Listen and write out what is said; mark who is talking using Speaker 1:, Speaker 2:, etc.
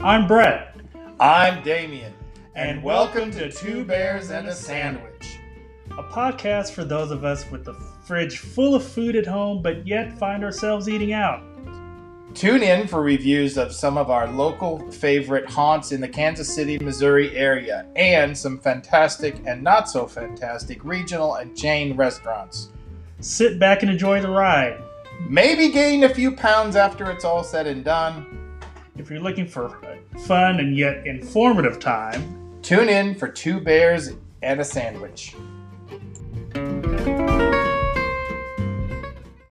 Speaker 1: I'm Brett,
Speaker 2: I'm Damien,
Speaker 1: And welcome to Two Bears and a Sandwich. a podcast for those of us with the fridge full of food at home but yet find ourselves eating out.
Speaker 2: Tune in for reviews of some of our local favorite haunts in the Kansas City, Missouri area and some fantastic and not so fantastic regional and chain restaurants.
Speaker 1: Sit back and enjoy the ride.
Speaker 2: Maybe gain a few pounds after it's all said and done.
Speaker 1: If you're looking for a fun and yet informative time,
Speaker 2: Tune in for Two Bears and a Sandwich.